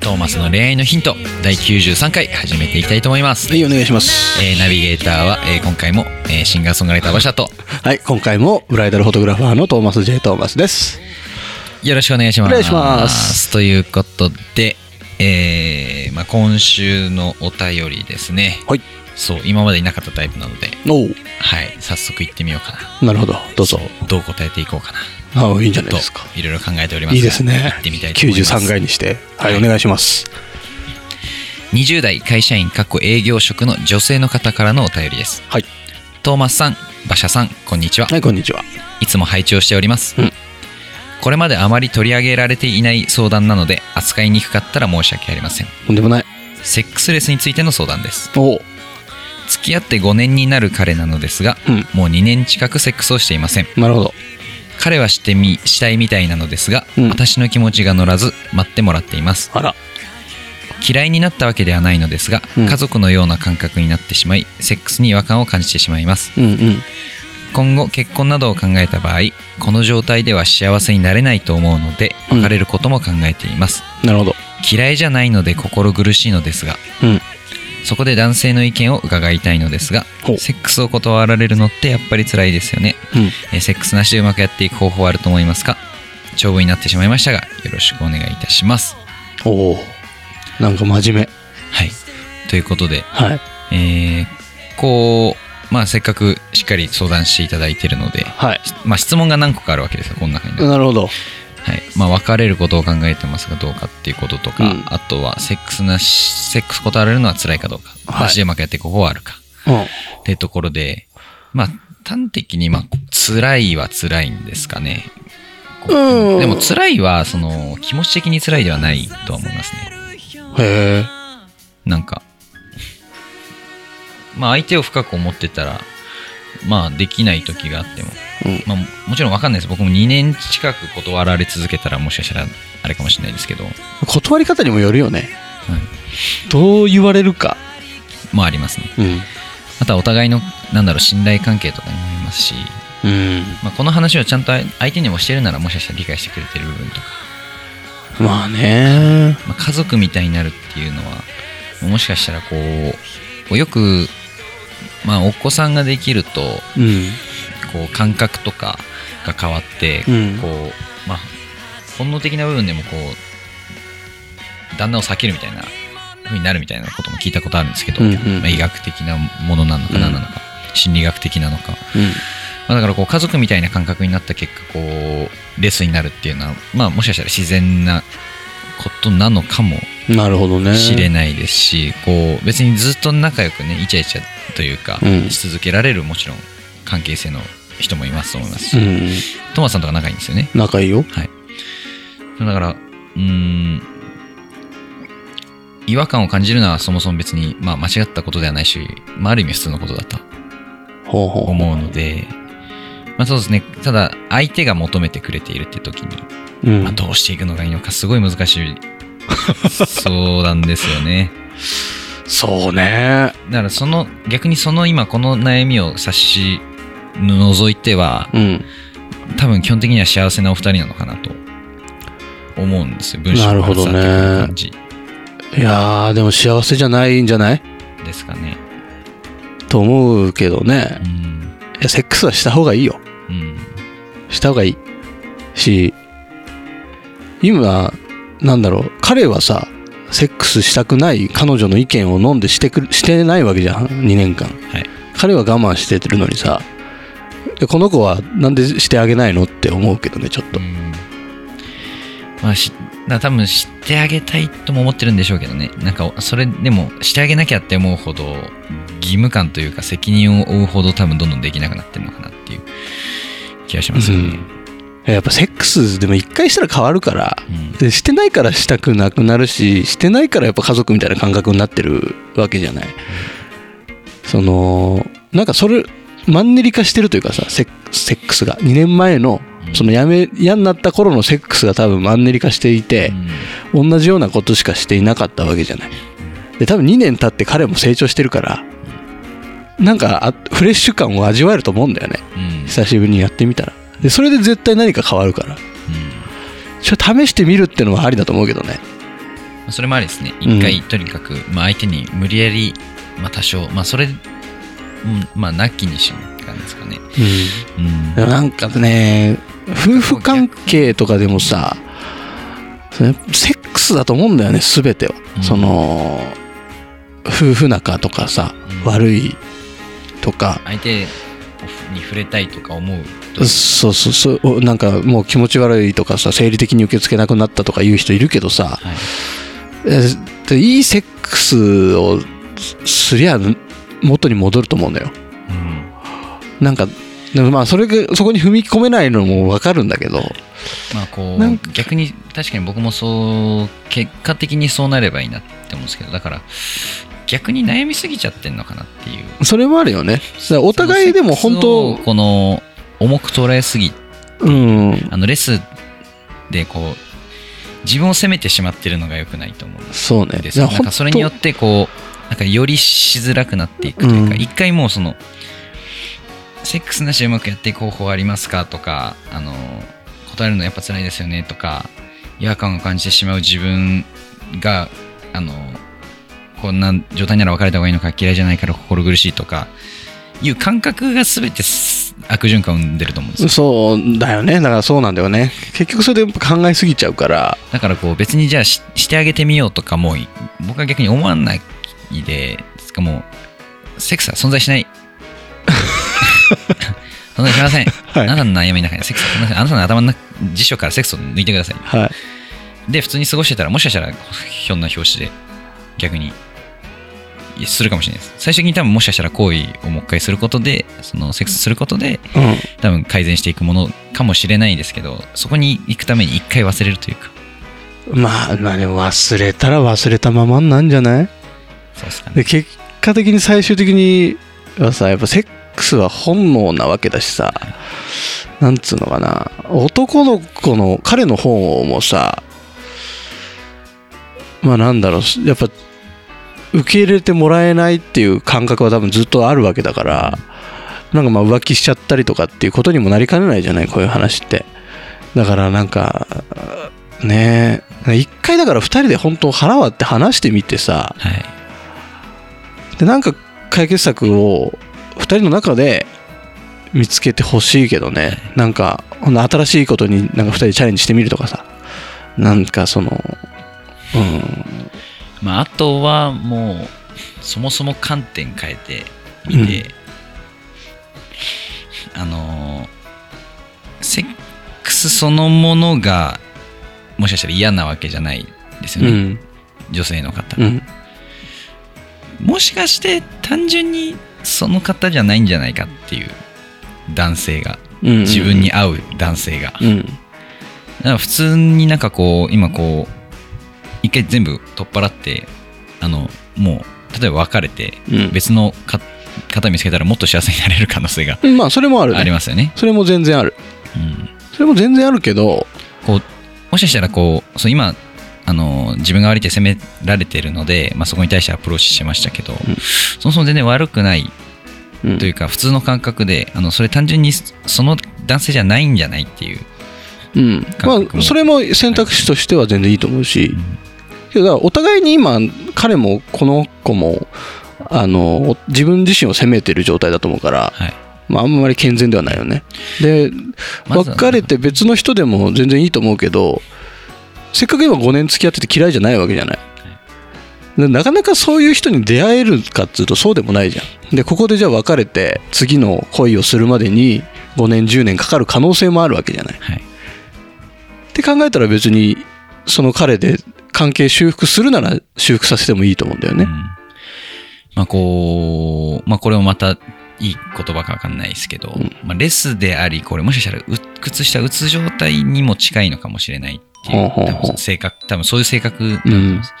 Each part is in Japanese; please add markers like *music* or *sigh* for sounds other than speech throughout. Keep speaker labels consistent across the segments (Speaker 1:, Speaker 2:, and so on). Speaker 1: トーマスの恋愛のヒント第93回始めていきたいと思います、
Speaker 2: はいお願いします
Speaker 1: えーナビゲーターは、えー今回も、えーシンガーソングライター馬車と
Speaker 2: はい今回もブライダルフォトグラファーのトーマス J トーマスです
Speaker 1: よろしくお願いします
Speaker 2: お願いします
Speaker 1: ということで、えーまあ、今週のお便りですね
Speaker 2: はい
Speaker 1: そう今までいなかったタイプなので
Speaker 2: お
Speaker 1: はい早速行ってみようかな
Speaker 2: おなるほどどうぞ
Speaker 1: どう答えていこうかな
Speaker 2: あいいんじゃない
Speaker 1: と
Speaker 2: ですか
Speaker 1: いろいろ考えておりますが
Speaker 2: いいですね
Speaker 1: 行ってみたいと思います
Speaker 2: 93回にしてはい、
Speaker 1: はい
Speaker 2: お願いします
Speaker 1: 20代会社員かっこ営業職の女性の方からのお便りです
Speaker 2: はい
Speaker 1: トーマスさん馬車さんこんにちは
Speaker 2: はいこんにちはい
Speaker 1: つも拝聴しております、
Speaker 2: うん
Speaker 1: これまであまり取り上げられていない相談なので扱いにくかったら申し訳ありません
Speaker 2: とんでもない
Speaker 1: セックスレスについての相談です
Speaker 2: おう
Speaker 1: 付き合って5年になる彼なのですが、
Speaker 2: うん
Speaker 1: もう2年近くセックスをしていません
Speaker 2: なるほど
Speaker 1: 彼はしてみしたいみたいなのですが、
Speaker 2: うん
Speaker 1: 私の気持ちが乗らず待ってもらっています
Speaker 2: あら
Speaker 1: 嫌いになったわけではないのですが、
Speaker 2: うん
Speaker 1: 家族のような感覚になってしまいセックスに違和感を感じてしまいます
Speaker 2: うんうん
Speaker 1: 今後結婚などを考えた場合この状態では幸せになれないと思うので
Speaker 2: うん
Speaker 1: 別れることも考えています、
Speaker 2: なるほど
Speaker 1: 嫌いじゃないので心苦しいのですが
Speaker 2: うん
Speaker 1: そこで男性の意見を伺いたいのですが
Speaker 2: ほう
Speaker 1: セックスを断られるのってやっぱり辛いですよね、
Speaker 2: うん
Speaker 1: えーセックスなしでうまくやっていく方法はあると思いますか長文になってしまいましたがよろしくお願いいたします
Speaker 2: おおなんか真面目
Speaker 1: はいということで
Speaker 2: はい
Speaker 1: えーこうまあせっかくしっかり相談していただいてるので
Speaker 2: はい
Speaker 1: まあ質問が何個かあるわけですよこの中にね
Speaker 2: なるほど
Speaker 1: はいまあ、別れることを考えてますがどうかっていうこととか、
Speaker 2: うん
Speaker 1: あとはセックスなしセックス断られるのは辛いかどうか
Speaker 2: はい
Speaker 1: 足でうまくやっていく方法はあるか
Speaker 2: うん
Speaker 1: っていうところでまあ端的にまあ辛いは辛いんですかね、こ
Speaker 2: うん
Speaker 1: でも辛いはその気持ち的に辛いではないとは思いますね
Speaker 2: へえ
Speaker 1: なんかまあ相手を深く思ってたらまあできない時があっても、
Speaker 2: うん
Speaker 1: まあ、もちろんわかんないです僕も2年近く断られ続けたらもしかしたらあれかもしれないですけど、はい
Speaker 2: 断り方にもよるよねどう言われるか
Speaker 1: まあありますね。
Speaker 2: うん
Speaker 1: またお互いの、なんだろう、信頼関係とかにもよりますし、
Speaker 2: うん
Speaker 1: まあ、この話をちゃんと相相手にもしてるなら、もしかしたら理解してくれてる部分とか、
Speaker 2: まあね
Speaker 1: まあ、家族みたいになるっていうのは、もしかしたらこう、こうよく、まあ、お子さんができると、
Speaker 2: うん
Speaker 1: こう、感覚とかが変わって、
Speaker 2: うん
Speaker 1: こう、まあ、本能的な部分でもこう、旦那を避けるみたいな風になるみたいなことも聞いたことあるんですけど、
Speaker 2: うんうん
Speaker 1: まあ、医学的なものなのか何なのか、心理学的なのか、
Speaker 2: うん
Speaker 1: まあ、だからこう家族みたいな感覚になった結果こうレスになるっていうのは、まあ、もしかしたら自然なことなのかも
Speaker 2: なるほどね。
Speaker 1: しれないですし、こう別にずっと仲良くねイチャイチャというか、
Speaker 2: うん
Speaker 1: し続けられるもちろん関係性の人もいますと思いますし、
Speaker 2: うん。
Speaker 1: トマさんとか仲いいんですよね
Speaker 2: 仲いいよ。
Speaker 1: はいだからうーん違和感を感じるのはそもそも別に、まあ、間違ったことではないし、まあ、ある意味普通のことだと
Speaker 2: ほうほ
Speaker 1: 思うので、まあ、そうですねただ相手が求めてくれているって時に、
Speaker 2: う。うん
Speaker 1: まあ、どうしていくのがいいのかすごい難しいそうなんですよね
Speaker 2: そうね。
Speaker 1: だからその逆にその今この悩みを差し除いては
Speaker 2: うん。
Speaker 1: 多分基本的には幸せなお二人なのかなと思うんですよ文章
Speaker 2: なる
Speaker 1: が
Speaker 2: ほどね
Speaker 1: 伝わってくる感じ
Speaker 2: いやー、でも幸せじゃないんじゃない
Speaker 1: ですかね
Speaker 2: と思うけどね
Speaker 1: う。ん
Speaker 2: いや、セックスはした方がいいよ。
Speaker 1: うん
Speaker 2: した方がいい。し、今、なんだろう、彼はさ、セックスしたくない彼女の意見を飲んでしてくる、してないわけじゃん、2年間。
Speaker 1: はい
Speaker 2: 彼は我慢してるのにさ、でこの子はなんでしてあげないのって思うけどね、ちょっと
Speaker 1: う。んまあしな多分知ってあげたいとも思ってるんでしょうけどねなんかそれでもしてあげなきゃって思うほど義務感というか責任を負うほど多分どんどんできなくなってるのかなっていう気がしますよね、
Speaker 2: やっぱセックスでも一回したら変わるから、
Speaker 1: うん
Speaker 2: でしてないからしたくなくなるししてないからやっぱ家族みたいな感覚になってるわけじゃない、そのなんかそれマンネリ化してるというかさセッセックスが2年前のそのやめ嫌になった頃のセックスが多分マンネリ化していて、同じようなことしかしていなかったわけじゃないで多分2年経って彼も成長してるからなんかあフレッシュ感を味わえると思うんだよね
Speaker 1: うん
Speaker 2: 久しぶりにやってみたらでそれで絶対何か変わるからちょっと試してみるってのはありだと思うけどね
Speaker 1: うんそれもありですね
Speaker 2: うん
Speaker 1: 一回とにかく、まあ、相手に無理やり、まあ、多少まあそれ、うん、まあなきにしもって感じですかねうん
Speaker 2: でもなんかね夫婦関係とかでもさそれセックスだと思うんだよね全ては、
Speaker 1: うん
Speaker 2: その夫婦仲とかさ、
Speaker 1: うん
Speaker 2: 悪いとか
Speaker 1: 相手に触れたいとか思うと
Speaker 2: そうそうそうおなんかもう気持ち悪いとかさ生理的に受け付けなくなったとか言う人いるけどさ
Speaker 1: はい
Speaker 2: えでいいセックスをすりゃ元に戻ると思うんだよ
Speaker 1: うん
Speaker 2: なんかでもまあそれがそこに踏み込めないのも分かるんだけど
Speaker 1: まあこ
Speaker 2: なん
Speaker 1: う逆に確かに僕もそう結果的にそうなればいいなって思うんですけどだから逆に悩みすぎちゃってんのかなっていう
Speaker 2: それもあるよねだからお互いでも本
Speaker 1: そのセックス
Speaker 2: 当
Speaker 1: をこの重く捉えすぎ
Speaker 2: うん
Speaker 1: あのレスでこう自分を責めてしまってるのが良くないと思うん
Speaker 2: そうね
Speaker 1: ですよなんかそれによっててこうなんかよりしづらくなっていくというか、
Speaker 2: うん
Speaker 1: 一回もうそのセックスなしでうまくやっていく方法ありますかとかあの答えるのやっぱ辛いですよねとか違和感を感じてしまう自分があのこんな状態なら別れた方がいいのか嫌いじゃないから心苦しいとかいう感覚が全てす悪循環を生んでると思うんですよ
Speaker 2: そうだよねだからそうなんだよね結局それでやっぱ考えすぎちゃうから
Speaker 1: だからこう別にじゃあししてあげてみようとかもう僕は逆に思わないでつかもうセックスは存在しない存在しません、
Speaker 2: *laughs* は
Speaker 1: あ
Speaker 2: い
Speaker 1: なたの悩みの中にセックスは存在しないあなたの頭の中辞書からセックスを抜いてください
Speaker 2: はい
Speaker 1: で普通に過ごしてたらもしかしたらひょんな表紙で逆にいやするかもしれないです最終的に多分もしかしたら行為をもう一回することでそのセックスすることで
Speaker 2: うん
Speaker 1: 多分改善していくものかもしれないですけどそこに行くために一回忘れるというか
Speaker 2: まあ、まあでも忘れたら忘れたままなんじゃない
Speaker 1: そうですかね
Speaker 2: で結果的に最終的にはさやっぱセックスは本能なわけだしさなんつうのかな男の子の彼の方もさまあなんだろうやっぱ受け入れてもらえないっていう感覚は多分ずっとあるわけだからなんかまあ浮気しちゃったりとかっていうことにもなりかねないじゃないこういう話ってだからなんかねえ一回だから二人で本当腹割って話してみてさ
Speaker 1: はい
Speaker 2: でなんか解決策を2人の中で見つけてほしいけどねなんかほんと新しいことになんか2人でチャレンジしてみるとかさなんかそのうん
Speaker 1: まあ、あとはもうそもそも観点変えてみて、あのーセックスそのものがもしかしたら嫌なわけじゃないですよ
Speaker 2: う
Speaker 1: ね、
Speaker 2: ん
Speaker 1: 女性の方、
Speaker 2: うん
Speaker 1: もしかして単純にその方じゃないんじゃないかっていう男性が
Speaker 2: うん
Speaker 1: 自分に合う男性が、
Speaker 2: うん
Speaker 1: だから普通になんかこう今こう一回全部取っ払ってあのもう例えば別れて
Speaker 2: うん
Speaker 1: 別のか方見つけたらもっと幸せになれる可能性が
Speaker 2: うんまあそれもある、
Speaker 1: あり
Speaker 2: ね、
Speaker 1: ますよね。
Speaker 2: それも全然ある
Speaker 1: うん、
Speaker 2: それも全然あるけど
Speaker 1: こうもしかしたらこうそう今あの自分が悪いって責められてるので、まあ、そこに対してアプローチしましたけど、
Speaker 2: ん
Speaker 1: そもそも全然悪くない
Speaker 2: うん
Speaker 1: というか普通の感覚であのそれ単純にその男性じゃないんじゃないっていう、
Speaker 2: うん
Speaker 1: 感
Speaker 2: ま
Speaker 1: 覚
Speaker 2: あ
Speaker 1: も
Speaker 2: それも選択肢としては全然いいと思うしけどだからお互いに今彼もこの子もあの自分自身を責めてる状態だと思うから、
Speaker 1: はい、
Speaker 2: まあ、あんまり健全ではないよね。で、
Speaker 1: まずは
Speaker 2: 別れて別の人でも全然いいと思うけど、せっかく今5年付き合ってて嫌いじゃないわけじゃない。でなかなかそういう人に出会えるかっつうとそうでもないじゃん。で、ここでじゃあ別れて次の恋をするまでに5年、10年かかる可能性もあるわけじゃない。
Speaker 1: はい
Speaker 2: って考えたら別にその彼で関係修復するなら修復させてもいいと思うんだよ
Speaker 1: う
Speaker 2: ね
Speaker 1: ん。まあこう、まあこれもまたいい言葉かわかんないですけど、
Speaker 2: うん
Speaker 1: まあ、レスであり、これもしかしたらう屈したうつ状態にも近いのかもしれないっていう、
Speaker 2: ほうほうほう
Speaker 1: 多分性格、多分そういう性格だと
Speaker 2: う
Speaker 1: 思い
Speaker 2: ん
Speaker 1: ます。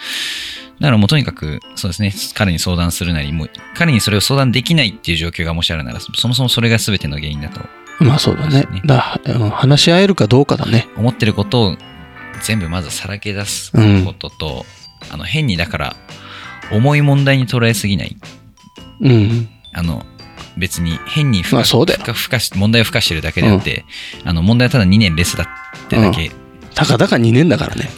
Speaker 1: だからもうとにかく、そうですね、彼に相談するなり、もう彼にそれを相談できないっていう状況がもしあるなら、そもそもそれが全ての原因だと。
Speaker 2: まあそうだ
Speaker 1: そう
Speaker 2: ね
Speaker 1: ですね。
Speaker 2: だうん話し合えるかどうかだね。
Speaker 1: 思ってることを全部まずさらけ出す
Speaker 2: うん
Speaker 1: ことと、あの、変にだから、重い問題に捉えすぎない。
Speaker 2: うん。
Speaker 1: あの、別に変に負
Speaker 2: ま
Speaker 1: 荷
Speaker 2: あそうだよ
Speaker 1: 負荷負荷し問題を付加してるだけであって、あの問題はただ2年レスだってだけ、
Speaker 2: たかだか2年だからね。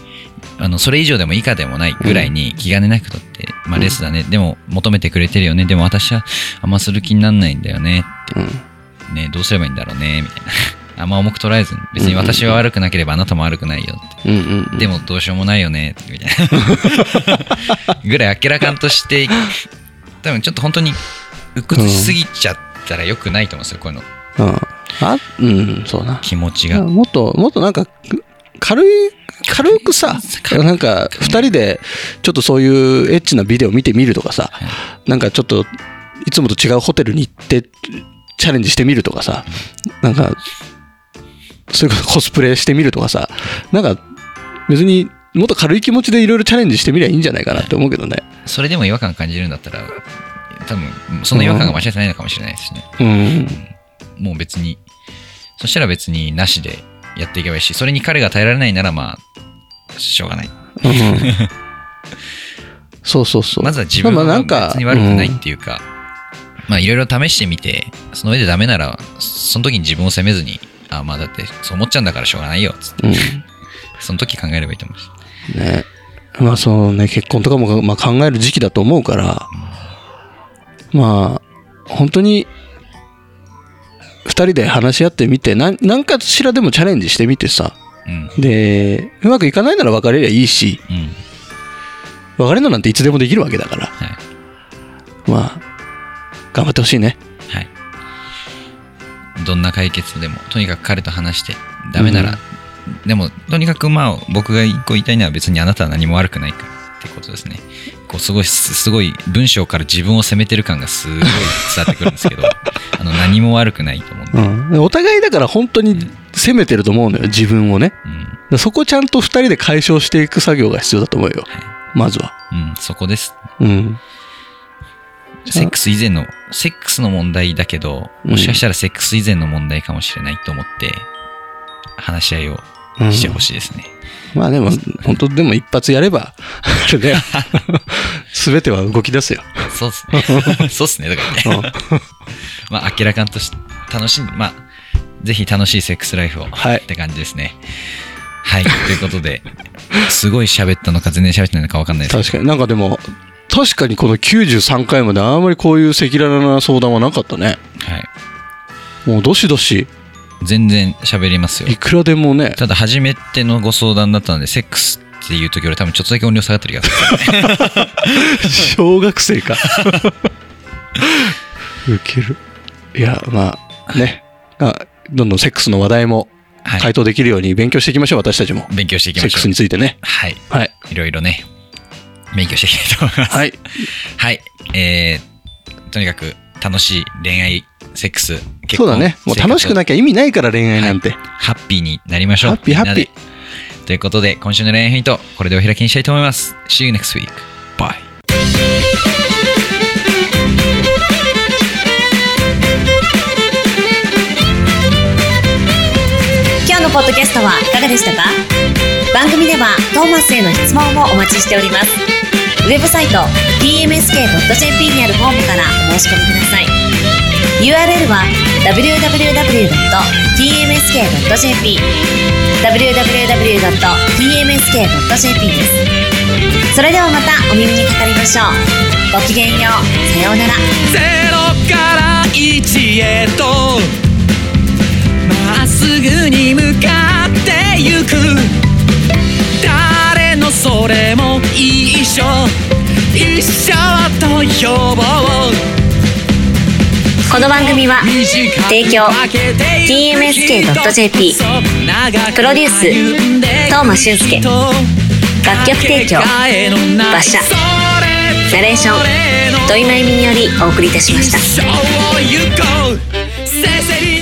Speaker 1: あのそれ以上でも以下でもないぐらいに気兼ねなくとって、まあレスだね、でも求めてくれてるよね、でも私はあんまする気にならないんだよね、
Speaker 2: うん。
Speaker 1: ね、どうすればいいんだろうね、みたいな。あんま重く捉えずに、別に私は悪くなければあなたも悪くないよって。
Speaker 2: うんうんうん。
Speaker 1: でもどうしようもないよね、みたいな。
Speaker 2: *laughs*
Speaker 1: ぐらい明らかんとして、多分ちょっと本当に鬱屈しすぎちゃったら良くないと思うんですよ、こういうの。
Speaker 2: うん。あ、うん、そうな。
Speaker 1: 気持ちが。
Speaker 2: もっと、もっとなんか、く軽い、軽くさ、なんか、二人で、ちょっとそういうエッチなビデオ見てみるとかさ、なんかちょっと、いつもと違うホテルに行って、チャレンジしてみるとかさ、なんか、それこそコスプレしてみるとかさ、なんか、別にもっと軽い気持ちでいろいろチャレンジしてみりゃいいんじゃないかなって思うけどね。
Speaker 1: それでも違和感感じるんだったら、多分その違和感が間違ってないのかもしれないですね。
Speaker 2: うん。
Speaker 1: もう別に、そしたら別になしでやっていけばいいし、それに彼が耐えられないならまあ、しょうがない。
Speaker 2: うんそうそうそう。
Speaker 1: まずは自分
Speaker 2: まあまあ
Speaker 1: が
Speaker 2: なんか
Speaker 1: 別に悪くないっていうか、まあいろいろ試してみて、その上でダメなら、その時に自分を責めずに、あまあだってそう思っちゃうんだからしょうがないよ、つって、
Speaker 2: うん。
Speaker 1: その時考えればいいと思います。
Speaker 2: ね。まあそのね、結婚とかも、まあ、考える時期だと思うから、まあ、本当に、二人で話し合ってみて、なんなんかしらでもチャレンジしてみてさ、
Speaker 1: うん。
Speaker 2: で、うまくいかないなら別れりゃいいし、
Speaker 1: うん。
Speaker 2: 別れるなんていつでもできるわけだから、
Speaker 1: はい。
Speaker 2: まあ、頑張ってほしいね。
Speaker 1: はい。どんな解決でも、とにかく彼と話して、ダメなら、でも、とにかくまあ、僕が一個言いたいのは別にあなたは何も悪くないからってことですね。こう、すごい、すすごい、文章から自分を責めてる感がすごい伝わってくるんですけ *laughs* ど、あの、何も悪くないと思うんで。
Speaker 2: うん。お互いだから本当に責めてると思うのよ、自分をね。
Speaker 1: うん。
Speaker 2: だからそこをちゃんと2人で解消していく作業が必要だと思うよ。まずは。
Speaker 1: うん、そこです。
Speaker 2: うん。
Speaker 1: セックス以前の、セックスの問題だけど、もしかしたらセックス以前の問題かもしれないと思って、話し合いを
Speaker 2: うん
Speaker 1: してほしいですね。
Speaker 2: まあでも、本当でも一発やれば、あ
Speaker 1: *laughs*
Speaker 2: れね、全ては動き出すよ。
Speaker 1: そうっすね。そうっすね、とか言って。
Speaker 2: うん
Speaker 1: *laughs* まあ、明らかんとし楽しん、まあ、ぜひ楽しいセックスライフを、
Speaker 2: はい
Speaker 1: って感じですね。はい、ということで、すごい喋ったのか全然喋ってないのか分かんないです
Speaker 2: 確かに。なんかでも、確かにこの93回まであんまりこういう赤裸々な相談はなかったね。
Speaker 1: けど、はい、
Speaker 2: もうどしどし、
Speaker 1: 全然喋りますよ
Speaker 2: い。くらでもね、
Speaker 1: ただ、初めてのご相談だったので、セックスっていう時より多分ちょっとだけ音量下がってる気がする。
Speaker 2: 小学
Speaker 1: *laughs*
Speaker 2: 生か。ウケる。いや、まあ、ね。あどんどんセックスの話題も
Speaker 1: は
Speaker 2: 回答できるように勉強していきましょう、私たちも。
Speaker 1: い。勉強していき
Speaker 2: セ
Speaker 1: ま
Speaker 2: ック
Speaker 1: し
Speaker 2: ス
Speaker 1: ょう
Speaker 2: に。ついてね。
Speaker 1: はい。
Speaker 2: はい。
Speaker 1: いろいろね、勉強していきたいと思います。
Speaker 2: はい。
Speaker 1: はい。えー、とにかく楽しい恋愛、セックス、結
Speaker 2: そうだね。もう楽しく
Speaker 1: い
Speaker 2: なきゃ意味ないから恋愛なんて。
Speaker 1: ハッピーになりましょう。
Speaker 2: ハッピーハッピ
Speaker 1: みんなでということで、今週の恋愛ヒント、これでお開きにしたいと思います。See you next week. Bye.
Speaker 3: Podcast 今日のポッドキャストはいかがでしたか番組ではトーマスへの質問もお待ちしておりますウェブサイト tmsk.jp にあるフォームからお申し込みください URL は www.tmsk.jp www.tmsk.jp ですそれではまたお耳にかかりましょうごきげんようさようなら
Speaker 4: ゼロから一へとまっすぐに向かってゆく誰のそれも一緒一緒と呼ぼう
Speaker 3: この番組は提供 TMSK.jp プロデュース東間俊介楽曲提供馬車ナレーション土井真由美によりお送りいたしました
Speaker 4: 一生を行こうせせり